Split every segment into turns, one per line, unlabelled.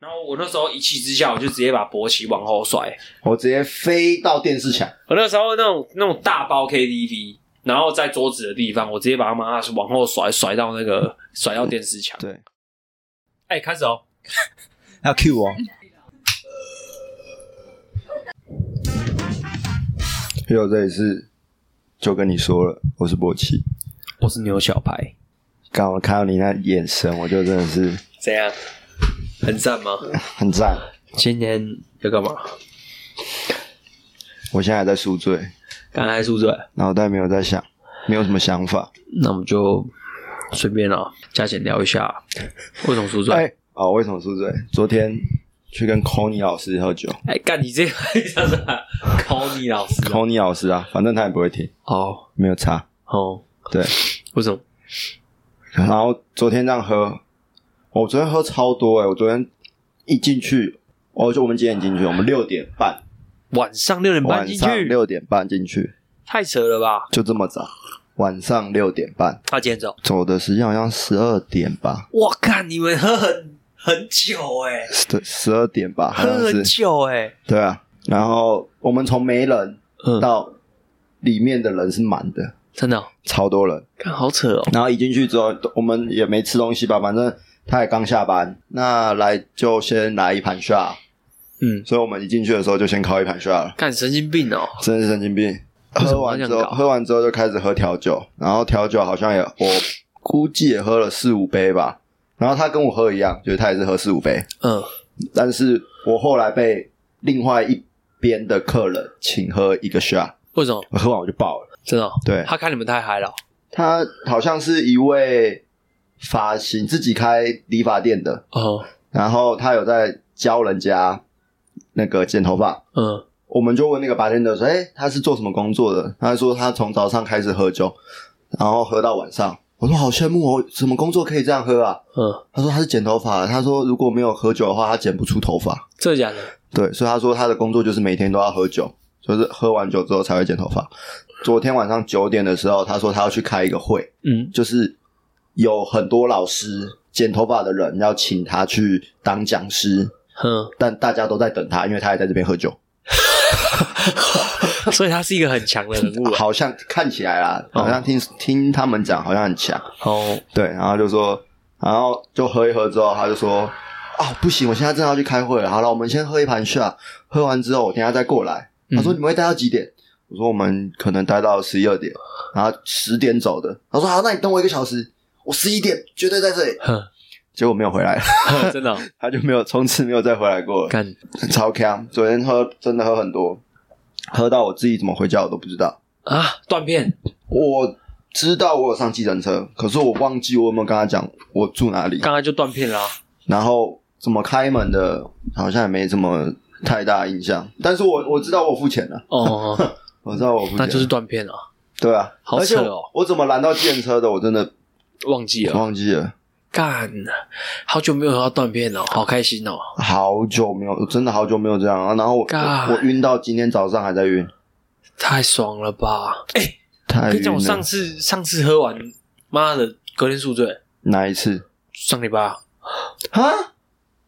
然后我那时候一气之下，我就直接把勃起往后甩。
我直接飞到电视墙，
我那时候那种那种大包 KTV，然后在桌子的地方，我直接把他妈是往后甩，甩到那个甩到电视墙。
对，
哎、开始哦。
要 Q 哦 我。有这里是，就跟你说了，我是博奇。
我是牛小排，
刚我看到你那眼神，我就真的是
怎样？很赞吗？
很赞。
今天要干嘛？
我现在还在宿醉，
刚才宿醉，
脑袋没有在想，没有什么想法。
那我们就随便啦、加减聊一下，为什么宿醉？
哎，哦，为什么宿醉？昨天去跟 c o n y 老师喝酒
哎，干、你这还叫啥？考你老师
c o n y 老师啊，反正他也不会听，
哦
没有差。
哦，
对，
为什么？
然
嗯
后昨天这样喝，我昨天喝超多哎、我昨天一进去，哦，就我们几点进去？我们六点半，
晚上六点嗯半
晚
进
上
去，
六点半进去，
太扯了吧？
就这么早。晚上六点半
他今天走，
走的时间好像十二点吧，
我看你们喝很很久哎、
十十二点吧，好
喝
像
很
是。
久哎、
对啊，然后我们从没人
嗯，
到里面的人是满的，
真的、哦，
超多人。
看好扯哦。
然后一进去之后，我们也没吃东西吧，反正他也刚下班，那来就先来一盘下。
嗯，
所以我们一进去的时候就先烤一盘下了，
干神经病哦。
真是神经病。
为什
喝
么要
完
这样
之
搞
后，喝完之后就开始喝调酒，然后调酒好像也，我估计也喝了四五杯吧。然后他跟我喝一样，就是他也是喝四五杯，
嗯，
但是我后来被另外一边的客人请喝一个 shot，
为什么？
我喝完我就爆了。
真的、哦？
对
他看你们太嗨了哦、
他好像是一位发型自己开理发店的，
哦，
然后他有在教人家那个剪头发，
嗯，
我们就问那个白天的说：“哎、他是做什么工作的？”他说他从早上开始喝酒，然后喝到晚上。我说好羡慕哦，什么工作可以这样喝啊？
嗯，
他说他是剪头发，他说如果没有喝酒的话，他剪不出头发。
真的假的？
对，所以他说他的工作就是每天都要喝酒，就是喝完酒之后才会剪头发。昨天晚上九点的时候，他说他要去开一个会，
嗯，
就是有很多老师剪头发的人要请他去当讲师，
哼，
但大家都在等他，因为他也在这边喝酒。
所以他是一个很强的人物啊。
好像看起来啦，
哦
好像听、听他们讲好像很强，
哦，
对，然后就说，然后就喝一喝之后，他就说，啊，不行，我现在正要去开会了，好了，我们先喝一盘下，喝完之后我等一下再过来。
嗯
他说你们会待到几点？我说我们可能待到十一二点，然后十点走的。他说好，那你等我一个小时，我十一点绝对在这里。
哼，
结果没有回来，
哼 真的哦
他就没有，从此没有再回来过了。
干，
超强，昨天喝真的喝很多，喝到我自己怎么回家我都不知道。
啊，断片，
我知道我有上计程车，可是我忘记我有没有跟他讲我住哪里，
刚刚就断片啊啦、
然后怎么开门的，好像也没什么太大印象。但是我我知道我付钱了，
哦，
我知道我付钱了，
那就是断片了，
对啊，
好
而且
扯哦
我我怎么拦到计程车的，我真的
忘记了。
忘记了，
干，好久没有喝到断片了，好开心哦。
好久没有，我真的好久没有这样了。然后我
干
我晕到今天早上还在晕，
太爽了吧！哎、
太
跟你
晕
讲，我上
了。
次上次喝完，妈的，隔天宿醉，
哪一次
上礼拜啊
啊？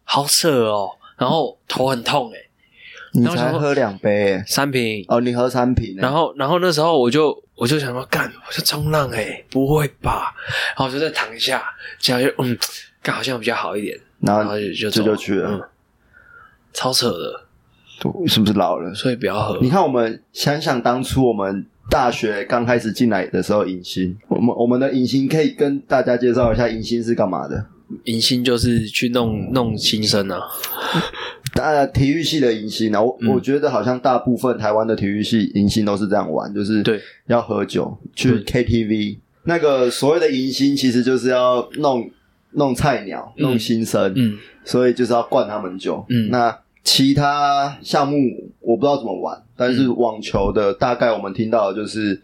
好扯哦，然后头很痛哎、
你
然后我想
才
说
喝两杯、欸，
三瓶，
哦，你喝三瓶、欸，
然后然后那时候我就我就想说，干，我就冲浪哎、不会吧？然后我就再躺一下，这样就嗯，干好像比较好一点，
然
然
后
后就就走
这就去了
嗯，超扯的，嗯
是不是老了？
所以不要喝
你看，我们想想当初我们大学刚开始进来的时候，迎新，我们我们的迎新可以跟大家介绍一下，迎新是干嘛的？
迎新就是去
嗯
弄弄新生啊，
当然，体育系的迎新啊，我、
嗯
我觉得好像大部分台湾的体育系迎新都是这样玩，就是
对，
要喝酒，去 KTV。那个所谓的迎新，其实就是要弄弄菜鸟、
嗯
弄新生，
嗯
所以就是要灌他们酒。
嗯
那其他项目我不知道怎么玩，但是
嗯
网球的大概我们听到的就是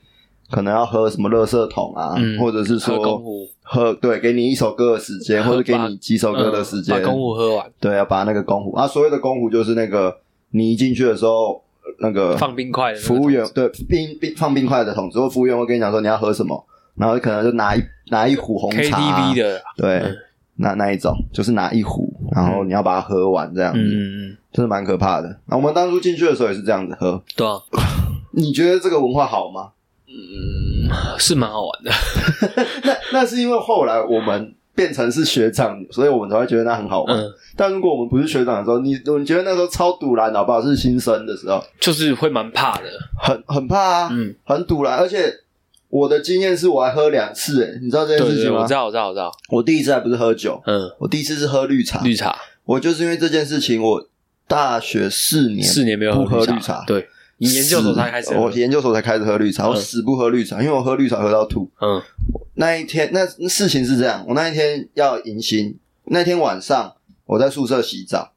可能要喝什么垃圾桶啊，
嗯
或者是说
喝公壶
喝对，给你一首歌的时间，
喝
或者给
把呃
你几首歌的时间，
嗯把公务喝完，
对，要把那个公壶啊，所谓的公壶就是那个你一进去的时候那个
放冰块的那个
服务员对冰冰放冰块的桶子，或服务员会跟你讲说你要喝什么，然后可能就拿一拿一壶红茶啊
KTV 的
对
嗯，
那那一种就是拿一壶然后你要把它喝完，这样
嗯
子，
嗯嗯，
真的蛮可怕的。那我们当初进去的时候也是这样子喝，
对啊，
你觉得这个文化好吗？
是蛮好玩的。
那那是因为后来我们变成是学长，所以我们才会觉得那很好玩。
嗯，
但如果我们不是学长的时候，你你觉得那时候超堵然，好不好？是新生的时候，
就是会蛮怕的。
很很怕啊，
嗯，
很堵然。而且我的经验是我还喝两次、欸，你知道这
对
件
对
事
对，
情吗？
我知道，我知道，我知道。
我第一次还不是喝酒，
嗯，
我第一次是喝绿茶。
绿茶
我就是因为这件事情，我大学四年
四年没有
不喝
绿
绿茶
对，你研究所才开始
死
喝。
我研究所才开始喝绿茶，我
嗯
死不喝绿茶，因为我喝绿茶喝到吐。
嗯
那一天，那那事情是这样，我那一天要迎新，那天晚上我在宿舍洗澡，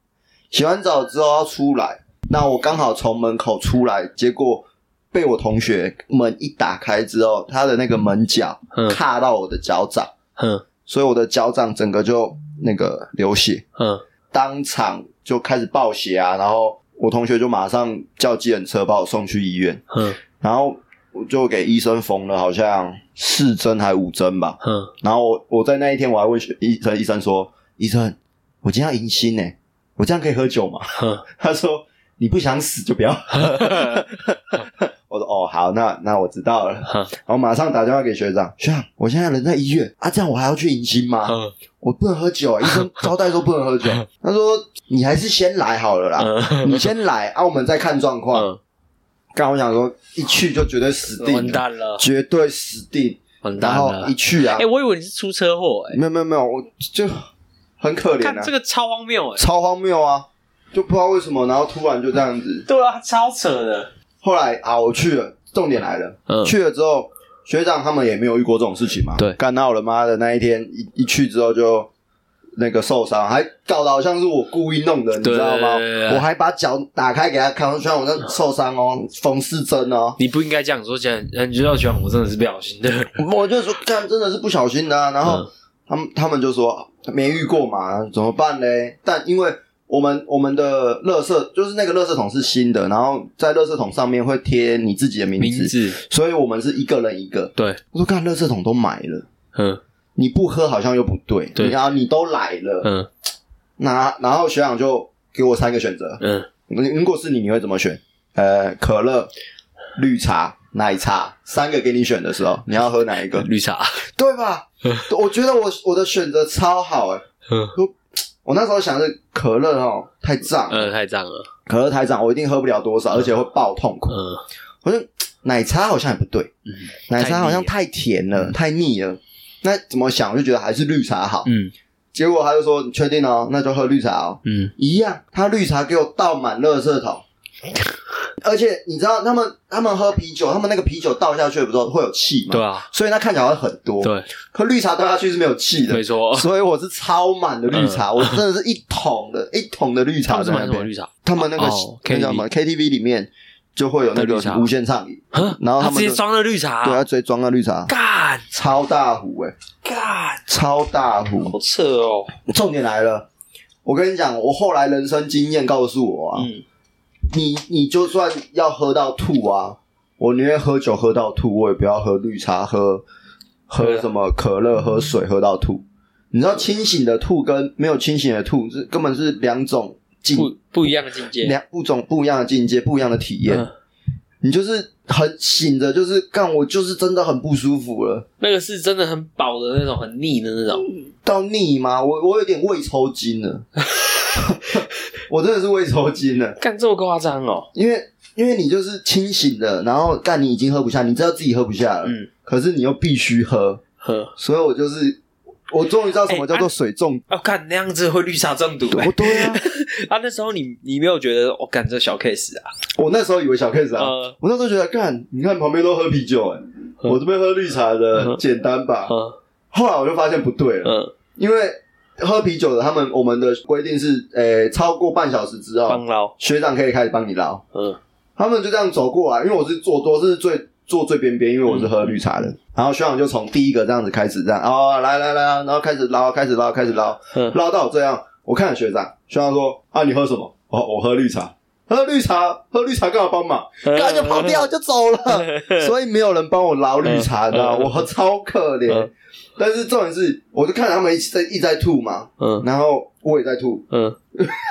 洗完澡之后要出来，那我刚好从门口出来，结果被我同学门一打开之后，他的那个门角
嗯
卡到我的脚掌，
嗯
所以我的脚掌整个就那个流血，
嗯，
当场就开始爆血啊，然后我同学就马上叫计程车把我送去医院，
嗯
然后我就给医生缝了好像四针还五针吧。
嗯
然后我我在那一天我还问学医生，医生说：“医生，我今天要迎新呢、我这样可以喝酒吗
嗯，？”
他说：“你不想死就不要。
嗯”
我说：“哦，好，那那我知道了。”然后马上打电话给学长，学长，我现在人在医院啊，这样我还要去迎新吗？
嗯
我不能喝酒啊，医 生招待说不能喝酒。他说：“你还是先来好了啦，
嗯
你先来啊，我们再看状况。
嗯，
刚我想说，一去就绝对死
完
定了，
蛋了，
绝对死定。
完
然
蛋
后
了
一。去啊
哎，，我以为你是出车祸，哎，
没有没有没有，我就很可怜
看
啊
这，个超荒谬，哎，
超荒谬啊，就不知道为什么，然后突然就这样子。
对啊，超扯的。
后来啊，我去了，重点来了，
嗯
去了之后，学长他们也没有遇过这种事情嘛，
对
干到了妈的那一天一一去之后就。那个受伤，还搞得好像是我故意弄的，你知道吗
对对对对？对
我还把脚打开给他看，虽然我那受伤哦，缝四针哦，
你不应该这样说，既然嗯你就要讲，我真的是不小心的。
我就说，干真的是不小心的啊、然后
嗯
他们他们就说没遇过嘛，怎么办嘞？但因为我们我们的垃圾就是那个垃圾桶是新的，然后在垃圾桶上面会贴你自己的名字，
名字
所以我们是一个人一个。
对，
我说干，垃圾桶都买了，
嗯
你不喝好像又不对，
对
然后你都来了，
嗯
那然后学长就给我三个选择，
嗯，
你如果是你，你会怎么选？呃，可乐、绿茶、奶茶，三个给你选的
嗯
时候，你要喝哪 一个？
绿茶，
对吧？我觉得我我的选择超好哎、
嗯
我那时候想是可乐哦太胀，
嗯，太脏了，
可乐太胀，我一定喝不了多少，而且会爆痛苦。
嗯
我说奶茶好像也不对，
嗯
奶茶好像
太
太甜了，太腻了。那怎么想？我就觉得还是绿茶好。
嗯
结果他就说：“你确定哦？那就喝绿茶哦。”
嗯
一样，他绿茶给我倒满垃圾桶，而且你知道他们他们喝啤酒，他们那个啤酒倒下去不是会有气吗？
对啊，
所以它看起来会很多。
对，哦
可绿茶倒下去是没有气的
没，错。
所以我是超满的绿茶，我真的是一桶的，一桶的绿
嗯他
茶
们是
在
买
那
什么
边。
绿茶？
他们那个
哦
那叫什么 KTV 里面就会有那
那
个
绿茶
无限畅饮，
啊
然后他
他
们
直接
就
装了绿茶，
对，他直接装了绿茶，
干
超大壶哎，
干，
超大壶。欸
好扯哦。
重点来了，我跟你讲，我后来人生经验告诉我啊，
嗯，
你你就算要喝到吐啊，我宁愿喝酒喝到吐，我也不要喝绿茶，喝喝什么可乐、喝水喝到吐。你知道清醒的吐跟没有清醒的吐，这根本是两种境，
不不一样的境界。
两不种不一样的境界，不一样的体验。
嗯
你就是很醒着，就是干我就是真的很不舒服了，
那个是真的很饱的那种，很腻的那种。
到腻吗？我我有点胃抽筋了， 我真的是胃抽筋了。
干这么夸张哦？
因为因为你就是清醒的，然后干你已经喝不下，你知道自己喝不下了，
嗯，
可是你又必须喝，
呵，
所以我就是我终于知道什么叫做水中
啊，干那样子会绿茶中毒
毒。
欸。
对啊，
啊，那时候你你没有觉得我干这小 case 啊？
我那时候以为小 case 啊，
呃，
我那时候觉得干，你看旁边都喝啤酒、欸，我这边喝绿茶的
嗯
简单吧。
嗯
后来我就发现不对了，
嗯，
因为喝啤酒的他们我们的规定是，呃，超过半小时之
帮
后，
捞，
学长可以开始帮你捞。
嗯
他们就这样走过来，因为我是坐多，这是最坐最边边，因为我是喝绿茶
嗯
的。然后学长就从第一个这样子开始，这样哦，来来来，然后开始捞，开始捞，开始捞，
嗯
捞到我这样，我看了学长，学长说啊，你喝什么？哦，我喝绿茶。喝绿茶，喝绿茶干嘛帮忙？
赶
干就跑掉就走了，所以没有人帮我捞绿茶的，
嗯嗯嗯
我超可怜
嗯。
但是重点是，我就看他们一直在一直在吐嘛，
嗯
然后我也在吐。
嗯，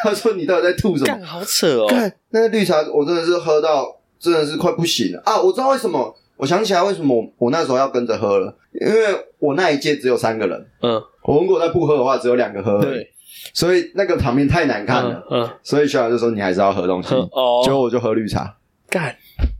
他说：“你到底在吐什么
干好扯哦，
看那个绿茶，我真的是喝到真的是快不行了啊！我知道为什么，我想起来为什么我我那时候要跟着喝了，因为我那一届只有三个人，
嗯，
我如果再不喝的话，只有两个喝，，
对，
所以那个场面太难看了，
嗯，嗯
所以学长就说你还是要喝东西，
嗯
结
哦，
果我就喝绿茶。
干，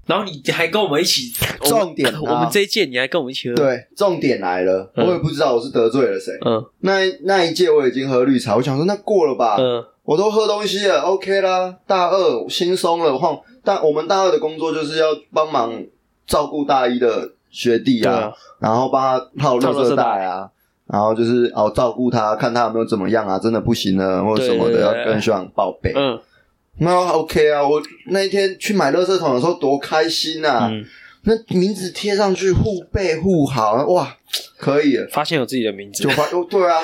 然后你还跟我们一起，我们
重点啊
我们这一届你还跟我们一起喝，，
对，重点来了，我
嗯
也不知道我是得罪了谁。
嗯
那那一届我已经喝绿茶，我想说那过了吧，
嗯
我都喝东西了，OK 啦。大二我轻松了，换但我们大二的工作就是要帮忙照顾大一的学弟
对
啊，
啊，
然后帮他套垃
套垃
圾
圾
袋啊，然后就是哦照顾他，看他有没有怎么样啊，真的不行了或者什么的，
对对对
要跟学长报备。
嗯
那 OK 啊，我那一天去买垃圾桶的时候多开心啊！
嗯，
那名字贴上去，互背互好，哇，可以了。
发现有自己的名字
就，发哦，对啊，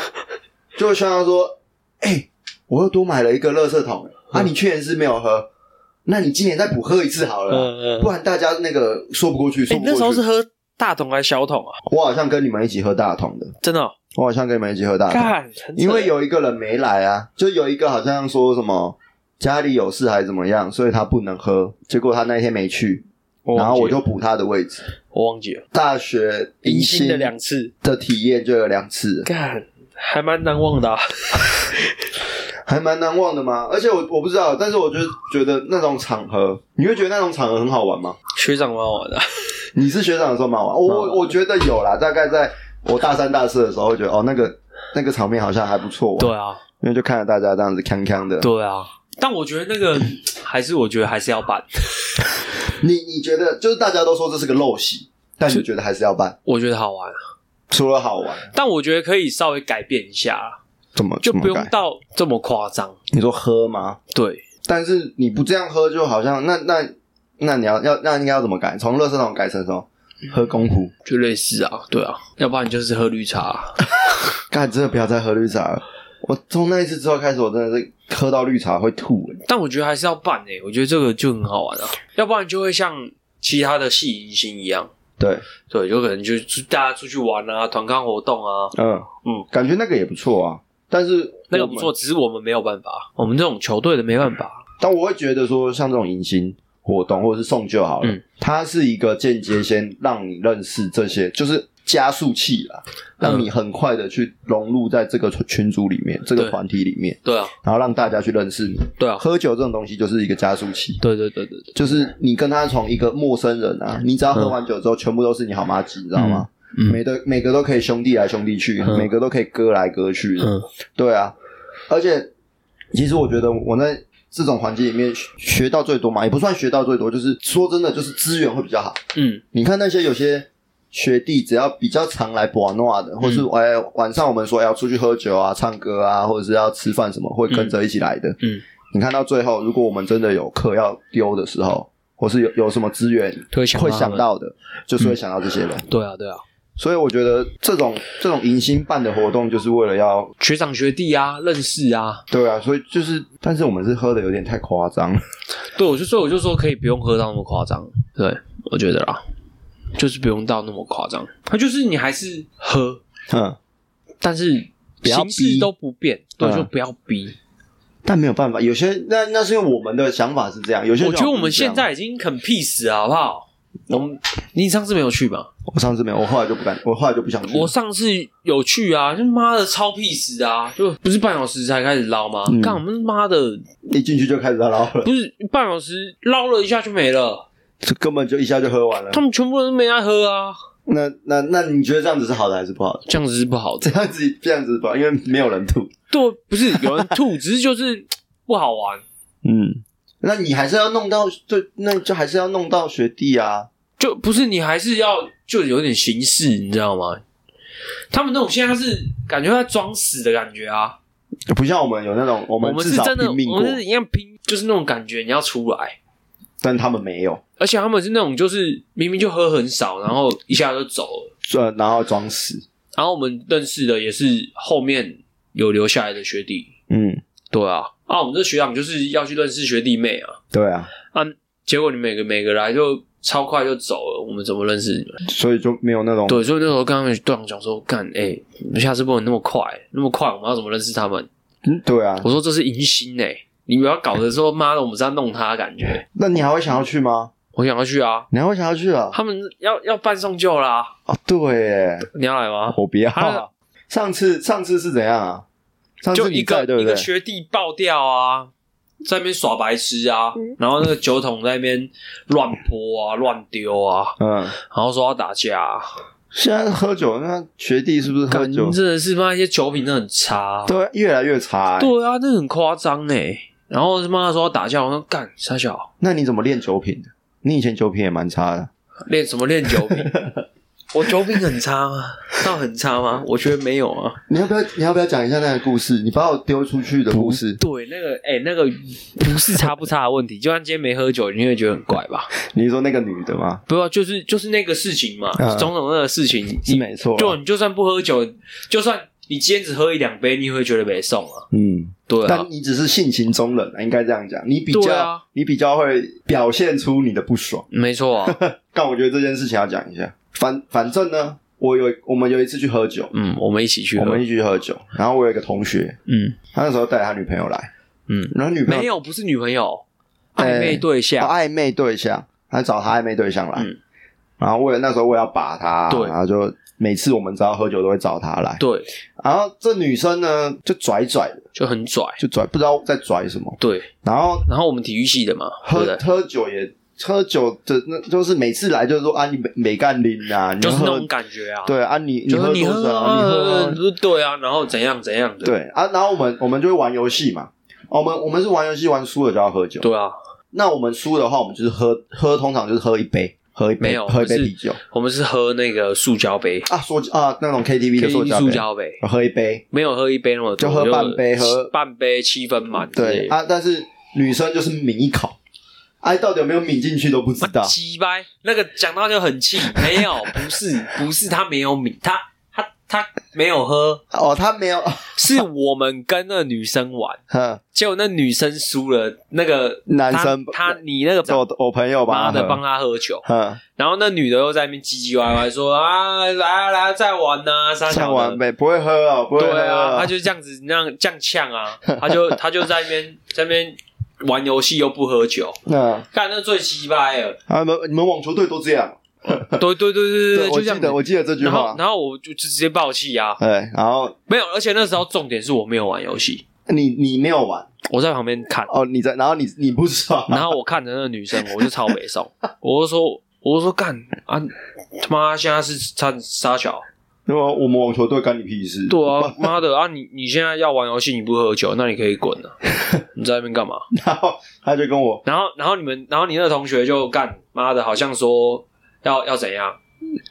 就学长说，哎、我又多买了一个垃圾桶，
嗯
啊，你去年是没有喝，那你今年再补喝一次好
嗯
了，
嗯，
不然大家那个说不过去，
哎，
说
你
不
那时
过
候是
去。
喝大桶还是小桶啊？
我好像跟你们一起喝大桶的，
真的哦，
我好像跟你们一起喝大桶，
干，很扯
啊因为有一个人没来啊，就有一个好像说什么家里有事还是怎么样，所以他不能喝，结果他那一天没去，然后我
忘记
就
了
补他的位置。
我忘记了，
大学迎
迎新
新
的两次，
的体验就有两次了，
干，还蛮难忘的啊，
嗯还蛮难忘的嘛。而且我我不知道，但是我就觉得那种场合，你会觉得那种场合很好玩吗？
学长蛮好玩的啊，
你是学长的时候蛮好玩，我我我觉得有啦，大概在我大三大四的时候，会觉得哦那个那个场面好像还不错玩，
对啊，
因为就看着大家这样子锵锵的。
对啊，但我觉得那个还是我觉得还是要办，
你你觉得就是大家都说这是个陋习，但你觉得还是要办，
我觉得好玩，啊
除了好玩，
但我觉得可以稍微改变一下啊，
怎么
就
怎么
不用
改
到这么夸张。
你说喝吗？
对，
但是你不这样喝，就好像那那那你要要那应该要怎么改？从乐色桶改成什么？喝公壶。
就类似啊，对啊，要不然你就是喝绿茶啊、
干，真的不要再喝绿茶了。我从那一次之后开始，我真的是喝到绿茶会吐、欸。
但我觉得还是要办诶、我觉得这个就很好玩啊，要不然就会像其他的系迎新一样，
对，
对，有可能就是大家出去玩啊，团康活动啊，
嗯
嗯，
感觉那个也不错啊。但是
那个
我们
不错，，只是我们没有办法，我们这种球队的没办法。
但我会觉得说，像这种迎新活动或者是送旧好了，
嗯
它是一个间接先让你认识这些，就是加速器啦，让你很快的去融入在这个群组里面、这个
对
团体里面，
对啊，
然后让大家去认识你。
对啊，
喝酒这种东西就是一个加速器。
对对对对对，
就是你跟他从一个陌生人啊，你只要喝完酒之后，全部都是你好妈鸡，你知道吗？
嗯
每的每个都可以兄弟来兄弟去，
嗯
每个都可以哥来哥去的，
嗯
对啊。而且，其实我觉得我在这种环境里面学学到最多嘛，也不算学到最多，就是说真的，就是资源会比较好。
嗯
你看那些有些学弟，只要比较常来博诺瓦的，或
嗯
是哎、晚上我们说要出去喝酒啊、唱歌啊，或者是要吃饭什么，会跟着一起来的。
嗯，
你看到最后，如果我们真的有课要丢的时候，或是有有什么资源
会想到
会
他
想
们
到的，就是会想到这些人。
对啊对啊，
所以我觉得这种这种迎新办的活动，就是为了要
学长学弟啊，认识啊，
对啊，所以就是，但是我们是喝的有点太夸张了，
对，我就所以我就说可以不用喝到那么夸张，对我觉得啦，就是不用到那么夸张，它就是你还是喝，
嗯，
但是
不要
形
逼
式都不变，对，啊
嗯
就不要逼。
但没有办法，有些那那是因为我们的想法是这样，有些
我觉得
人
我们
不是这
现
样
在已经很 peace 了，好不好？我们你上次没有去吧？
我上次没有，我后来就不敢，我后来就不想去。
我上次有去啊，就妈的超 peace 的啊，就不是半小时才开始捞吗
嗯？
看、我们妈的
一进去就开始捞了，
不是半小时捞了一下就没了，
这根本就一下就喝完了
他。们全部人都没爱喝啊，
那那那你觉得这样子是好的还是不好的？
这样子是不好的。
这样子这样子不好，因为没有人吐。
对，不是有人吐，只是就是不好玩。
嗯，那你还是要弄到，就那就还是要弄到学弟啊。
就不是你还是要就有点形式，你知道吗？他们那种现在是感觉在装死的感觉啊，
不像我们有那种，我
我们
们至
是
少
真的，
拼命
我
过，
们是一样拼，就是那种感觉，你要出来。
但他们没有，
而且他们是那种就是明明就喝很少，然后一下就走了。
呃，然后装死。
然后我们认识的也是后面有留下来的学弟，
嗯，
对啊，啊，我们这学长就是要去认识学弟妹啊，
对啊，
啊，结果你每个每个来就超快就走了，我们怎么认识你们？
所以就没有那种
对，所以那时候跟他们队长讲说，干，哎、你们下次不能那么快，那么快，我们要怎么认识他们？
嗯对啊。
我说这是迎新哎、你们要搞的时候，妈的，我们是要弄他的感觉。
那你还会想要去吗？
我想要去啊，
你还会想要去啊？
他们要要办送旧啦，
哦，对耶，
你要来吗？
我不要
他。
上次上次是怎样啊？上
就
次
一
你
个
在对不
一个
对？
学弟爆掉啊，在那边耍白痴啊，然后那个酒桶在那边乱泼啊、乱丢啊，
嗯，
然后说要打架、啊，
现在喝酒，那学弟是不是喝
感
酒？
真的是妈一些酒品真的很差啊、
对，越来越差、欸。
对啊，那很夸张呢。然后他妈说要打架，我说干傻小
那你怎么练酒品的？你以前酒品也蛮差的。
练什么练酒品？我酒品很差吗？到很差吗？我觉得没有啊。
你要不要？你要不要讲一下那个故事？你把我丢出去的故事，
对，那个哎、那个不是差不差的问题，就算今天没喝酒，你会觉得很怪吧？
你是说那个女的吗？
不要，就是就是那个事情嘛，
嗯
种种那个事情，
是没错啊。
就你就算不喝酒，就算你今天只喝一两杯，你也会觉得没送啊。
嗯，
对啊
但，你只是性情中人啊，应该这样讲。你比
对
较，
啊
你比较会表现出你的不爽。
没错啊。
但我觉得这件事情要讲一下。反反正呢，我有我们有一次去喝酒，
嗯，我们一起去
我
喝。
们一起去喝酒，然后我有一个同学，
嗯
他那时候带他女朋友来，
嗯，
然后女朋友
没有，不是女朋友，
哎
暧昧对
哦
象。
暧昧对象，他找他暧昧对象来，
嗯
然后为了那时候我也要把他，
对
然后就每次我们只要喝酒都会找他来，
对，
然后这女生呢就拽拽的，
就很拽。
就拽不知道在拽什么，
对，
然后
然后我们体育系的嘛，对不
喝
对？
喝酒也喝酒的那就是每次来就是说啊你没没干拎啊，你
就是那
喝
种感觉啊。，
对啊你你
就是
喝
你
多少啊
啊
你喝啊
呃对啊，然后怎样怎样的。
对啊，然后我们我们就会玩游戏嘛。哦我们我们是玩游戏玩输了就要喝酒，
对啊，
那我们输的话，我们就是喝喝，通常就是喝一杯，喝一杯，
没有
喝一杯
不是
啤酒
我们是喝那个塑胶杯
啊，说啊那种 KTV 的塑
，KTV
胶
塑
杯，
胶杯，
喝一杯，
没有喝一杯那么多，
就喝半杯喝
半杯七分满之类的。
对啊，但是女生就是抿一口，哎、到底有没有抿进去都不知道，
鸡掰，那个讲到就很气，没有， 不是，不是他没有米，他他他没有喝，
哦，她没 有，
是我们跟那女生玩，
哼，
结果那女生输了，那个
男生
他他你那个
是我我朋友
妈
吧，
的帮
他
他喝酒，
喝，哼，
然后那女的又在那边唧唧歪歪说啊来啊来啊再玩 呐、啊，三
唱
小
完
的。
呗，不会喝哦，不会喝
对啊，
哦
他，就这样子那样这样呛啊，他就他就在那边在那边玩游戏又不喝酒，
那
看那最鸡掰了，
啊，你们你们网球队都这样，
对对对对对，就
我
这
记
样子
得。我记得这句
然后
话，，
然后我就直接爆气啊！
对，然后
没有，而且那时候重点是我没有玩游戏，
你你没有玩
我在旁边看，
哦，你在，然后你你不爽，
然后我看着那个女生，我就超北宋，我就说，我就说干啊，他妈现在是差傻小，
那么我们网球队干你屁事，
对啊，妈的啊，你你现在要玩游戏，你不喝酒，那你可以滚啊，你在那边干嘛？
然后他就跟我，
然后然后你们，然后你那个同学就干，妈的，好像说要要怎样，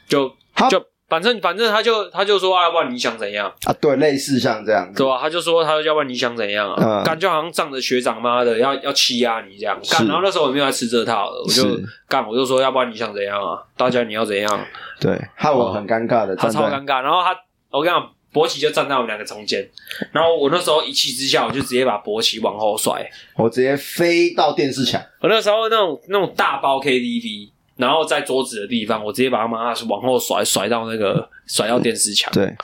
就
他
就反正反正他就他就说啊，要不然你想怎样？
啊，对，类似像这样子
对，吧、他就说，他就要问你想怎样啊？
嗯
感觉好像仗着学长妈的要要欺压你这样。
是
干，然后那时候我没有来吃这套的，我就是干，我就说，要不然你想怎样啊？大家你要怎
嗯
样？
对，害我很尴尬的
哦他
站
超
在，
尴尬。然后他，我跟你讲，博奇就站在我们两个中间。然后我那时候一气之下，我就直接把博奇往后甩。
我直接飞到电视墙，
我那时候那种那种大包 KTV，然后在桌子的地方，我直接把他妈往后甩，甩到那个甩到电视墙。
对，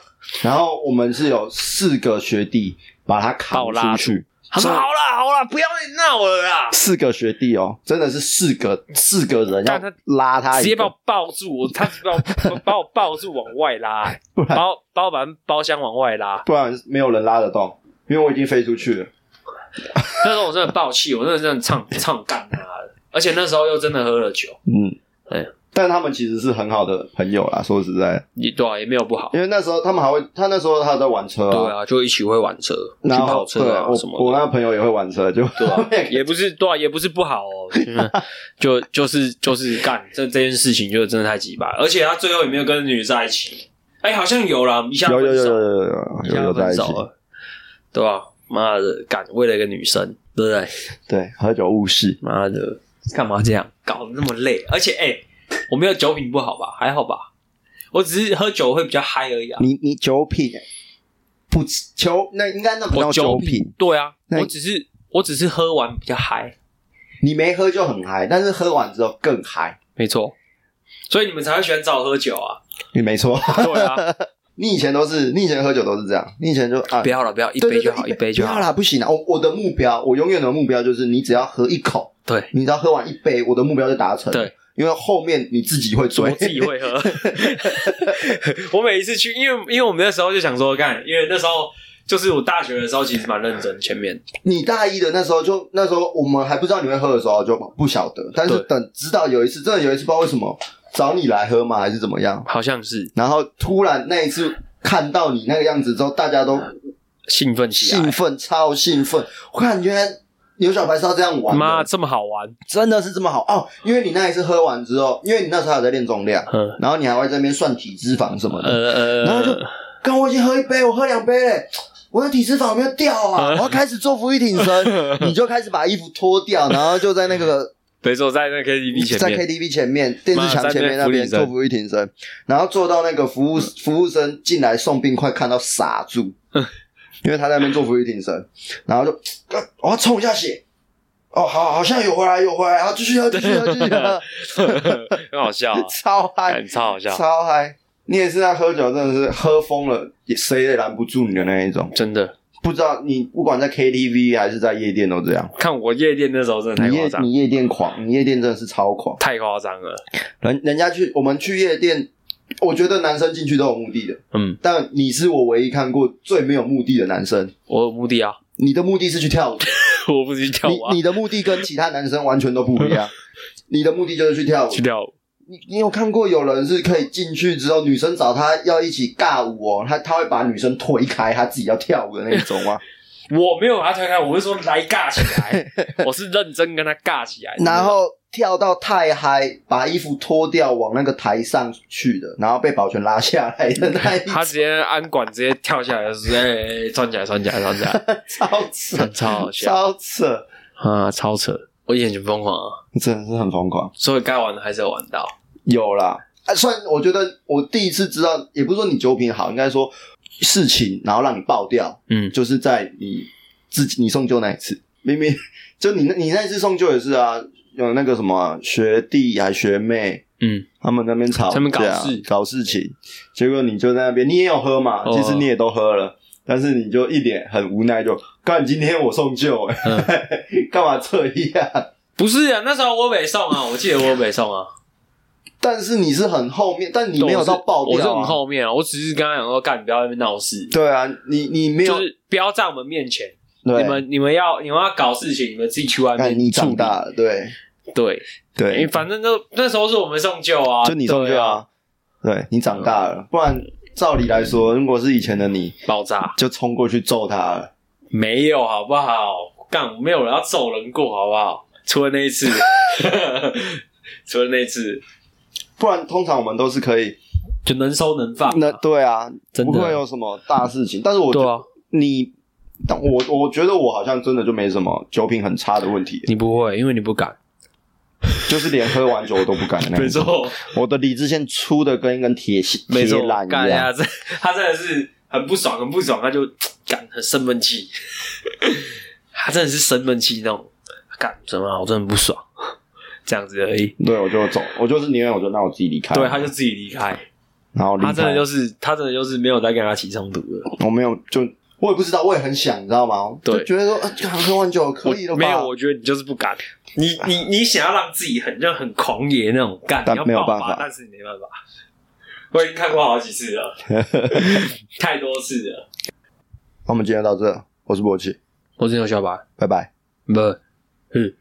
然后我们是有四个学弟把他
把
扛
我拉
出去，
他说：“
是
好啦好啦，不要再闹了啦。”
四个学弟哦，真的是四个四个人要
但他
拉他一个，
直接把我抱住，我他直接把我把我抱住往外 拉，
哎不然
把我把我把包厢往外拉。
不然没有人拉得动，因为我已经飞出去了，
那时候我真的爆气，我真的真的唱唱干他了，而且那时候又真的喝了酒，
嗯，
对。
但他们其实是很好的朋友啦，说实在，
也对啊，也没有不好。
因为那时候他们还会，他那时候他有在玩车、
对，啊，就一起会玩车、去
然
跑
后对
车啊什
我我
么的，
那个朋友也会玩车，就
对 啊，也不是对啊，也不是不好哦，就是就就是就是干这这件事情就真的太鸡巴，而且他最后也没有跟女的在一起，哎，好像有啦，一下
有有
分
有
手
有有有
一
有
下
有在
分
一起
手，了，对吧、妈的，干为了一个女生，对不对？
对，喝酒误事，
妈的，干嘛这样搞得那么累？而且哎、我没有酒品不好吧？还好吧？我只是喝酒会比较嗨而已啊。
你你酒品不吃酒，那应该那不
我
叫酒
品
品。
对啊，
那
我只是我只是喝完比较嗨，
你没喝就很嗨，但是喝完之后更嗨。
没错。所以你们才会喜欢找我喝酒啊？
你没错，
对啊，
你以前都是，你以前喝酒都是这样，你以前就啊
不，要了，不要一
对对
杯
对
就好，一杯就
不
好
要。啦，不行啦。我我的目标，我永远的目标就是，你只要喝一口，
对，
你只要喝完一杯，我的目标就达成。
对，
因为后面你自己会
我
醉，
自己会喝。 我每一次去，因为因为我们那时候就想说干，因为那时候就是我大学的时候其实蛮认真，前面
你大一的那时候就那时候我们还不知道你会喝的时候就不晓得，但是
对
等直到有一次，真的有一次不知道为什么找你来喝嘛，还是怎么样，
好像是
然后突然那一次看到你那个样子之后，大家都
兴奋起
兴
来，
奋，超兴奋，我看原来牛小白是要这样玩
妈
的，
这么好玩，
真的是这么好哦！因为你那一次喝完之后，因为你那时候还有在练重量，
嗯
然后你还会在那边算体脂肪什么的，
呃
然后就
呃，
刚我已经喝一杯，我喝两杯嘞，我的体脂肪有没有掉 啊？我要开始做浮力挺身，你就开始把衣服脱掉，然后就在 那个
没错，在那 KTV 前
在
面，
KTV 前面电视墙前面
妈在
那边
那边
做浮力挺身，然后做到那个服务服务生进来送冰块，看到傻 住，因为他在那边做浮力挺身，然后就呃我要冲一下血。哦，好，好像有回来，有回来，好，继续喝，继续喝，继续喝，
很 好笑啊，
超嗨
干，超好笑，
超嗨！你也是在喝酒，真的是喝疯了，也谁也拦不住你的那一种。
真的。
不知道你不管在 KTV 还是在夜店都这样。
看我夜店那时候真的太
你
夸
夜
张，
你夜店狂，你夜店真的是超狂。
太夸张了。
人人家去我们去夜店，我觉得男生进去都有目的的，
嗯，
但你是我唯一看过最没有目的的男生。
我有目的啊，
你的目的是去跳舞，
我不是去 跳舞啊
你，你的目的跟其他男生完全都不一 样。你的目的就是去跳舞。
去跳舞。
你你有看过有人是可以进去之后，女生找他要一起尬舞哦，他他会把女生推开，他自己要跳舞的那一种吗？
我没有把他推开，我是说来尬起来， 我是认真跟他尬起来。
然后跳到太嗨，把衣服脱掉往那个台上去的，然后被保全拉下来的那一
他直接安管直接跳下来，就是哎，窜起来，窜起来，窜起 来，
超扯，
超好笑
超扯，
啊，超扯！我以前就疯狂啊，
真的是很疯狂。
所以该玩的还是要玩到。
有啦，啊，算我觉得我第一次知道，也不是说你酒品好，应该说事情，然后让你爆掉，
嗯，
就是在你自己你送酒那一次，明明就你那你那一次送酒也是啊，有那个什么啊、学弟还学妹，
嗯，
他们那边吵架，
他们搞事
搞事情，结果你就在那边，你也有喝嘛，
哦
其实你也都喝了。但是你就一脸很无奈就，干今天我送旧、欸，
嗯
干嘛这样？
不是啊，那时候我北送啊，我记得我北送啊，
但是你是很后面，但你没有到爆
我是
掉、
很
啊，
后面啊，我只是刚刚讲说，干，你不要在那边闹事，
对啊，你你没有，
就是不要在我们面前，
对，
你们你们要你们要搞事情，你们自己去外
干
面
你
处
长
理。
大了，对
对，因为
对，
反正那那时候是我们送旧啊，
就你送
对
旧
啊，嗯
啊，对你长大了，不然照理来说，如果是以前的你，
爆炸
就冲过去揍他了。
没有好不好？干，我没有人要揍人过好不好？除了那一 次，除了那一次，
不然通常我们都是可以，
就能收能放、
那对啊，
真
不
的
会有什么大事情。但是我觉
对
得
啊，
你，但我我觉得我好像真的就没什么酒品很差的问题，
你不会，因为你不敢。
就是连喝完酒我都不敢的那
没
种。
错，
我的理智线粗的跟一根铁线
没
铁
错，
缆
干
一样。
呀，这他真的是很不爽，很不爽，他就干很生闷气， 他真的是生闷气那种，干什么啊？我真的很不爽， 这样子而已。
对，我就走，我就是宁愿我就那我自己离开。
对，他就自己离开，
然后离
他
开，
真的就是他真的就是没有再跟他起冲突了。
我没有就我也不知道，我也很想，你知道吗？
对
就觉得说啊，干喝完酒可以了
我
吧？
没有，我觉得你就是不敢，你你你想要让自己很就很狂野那种干，
但
你要
没有
爆发
办法
但是你没办法。 我已经看过好几次了，太多次了。
那我们今天到这，我是博奇，
我只有小白，
拜拜。
不，嗯。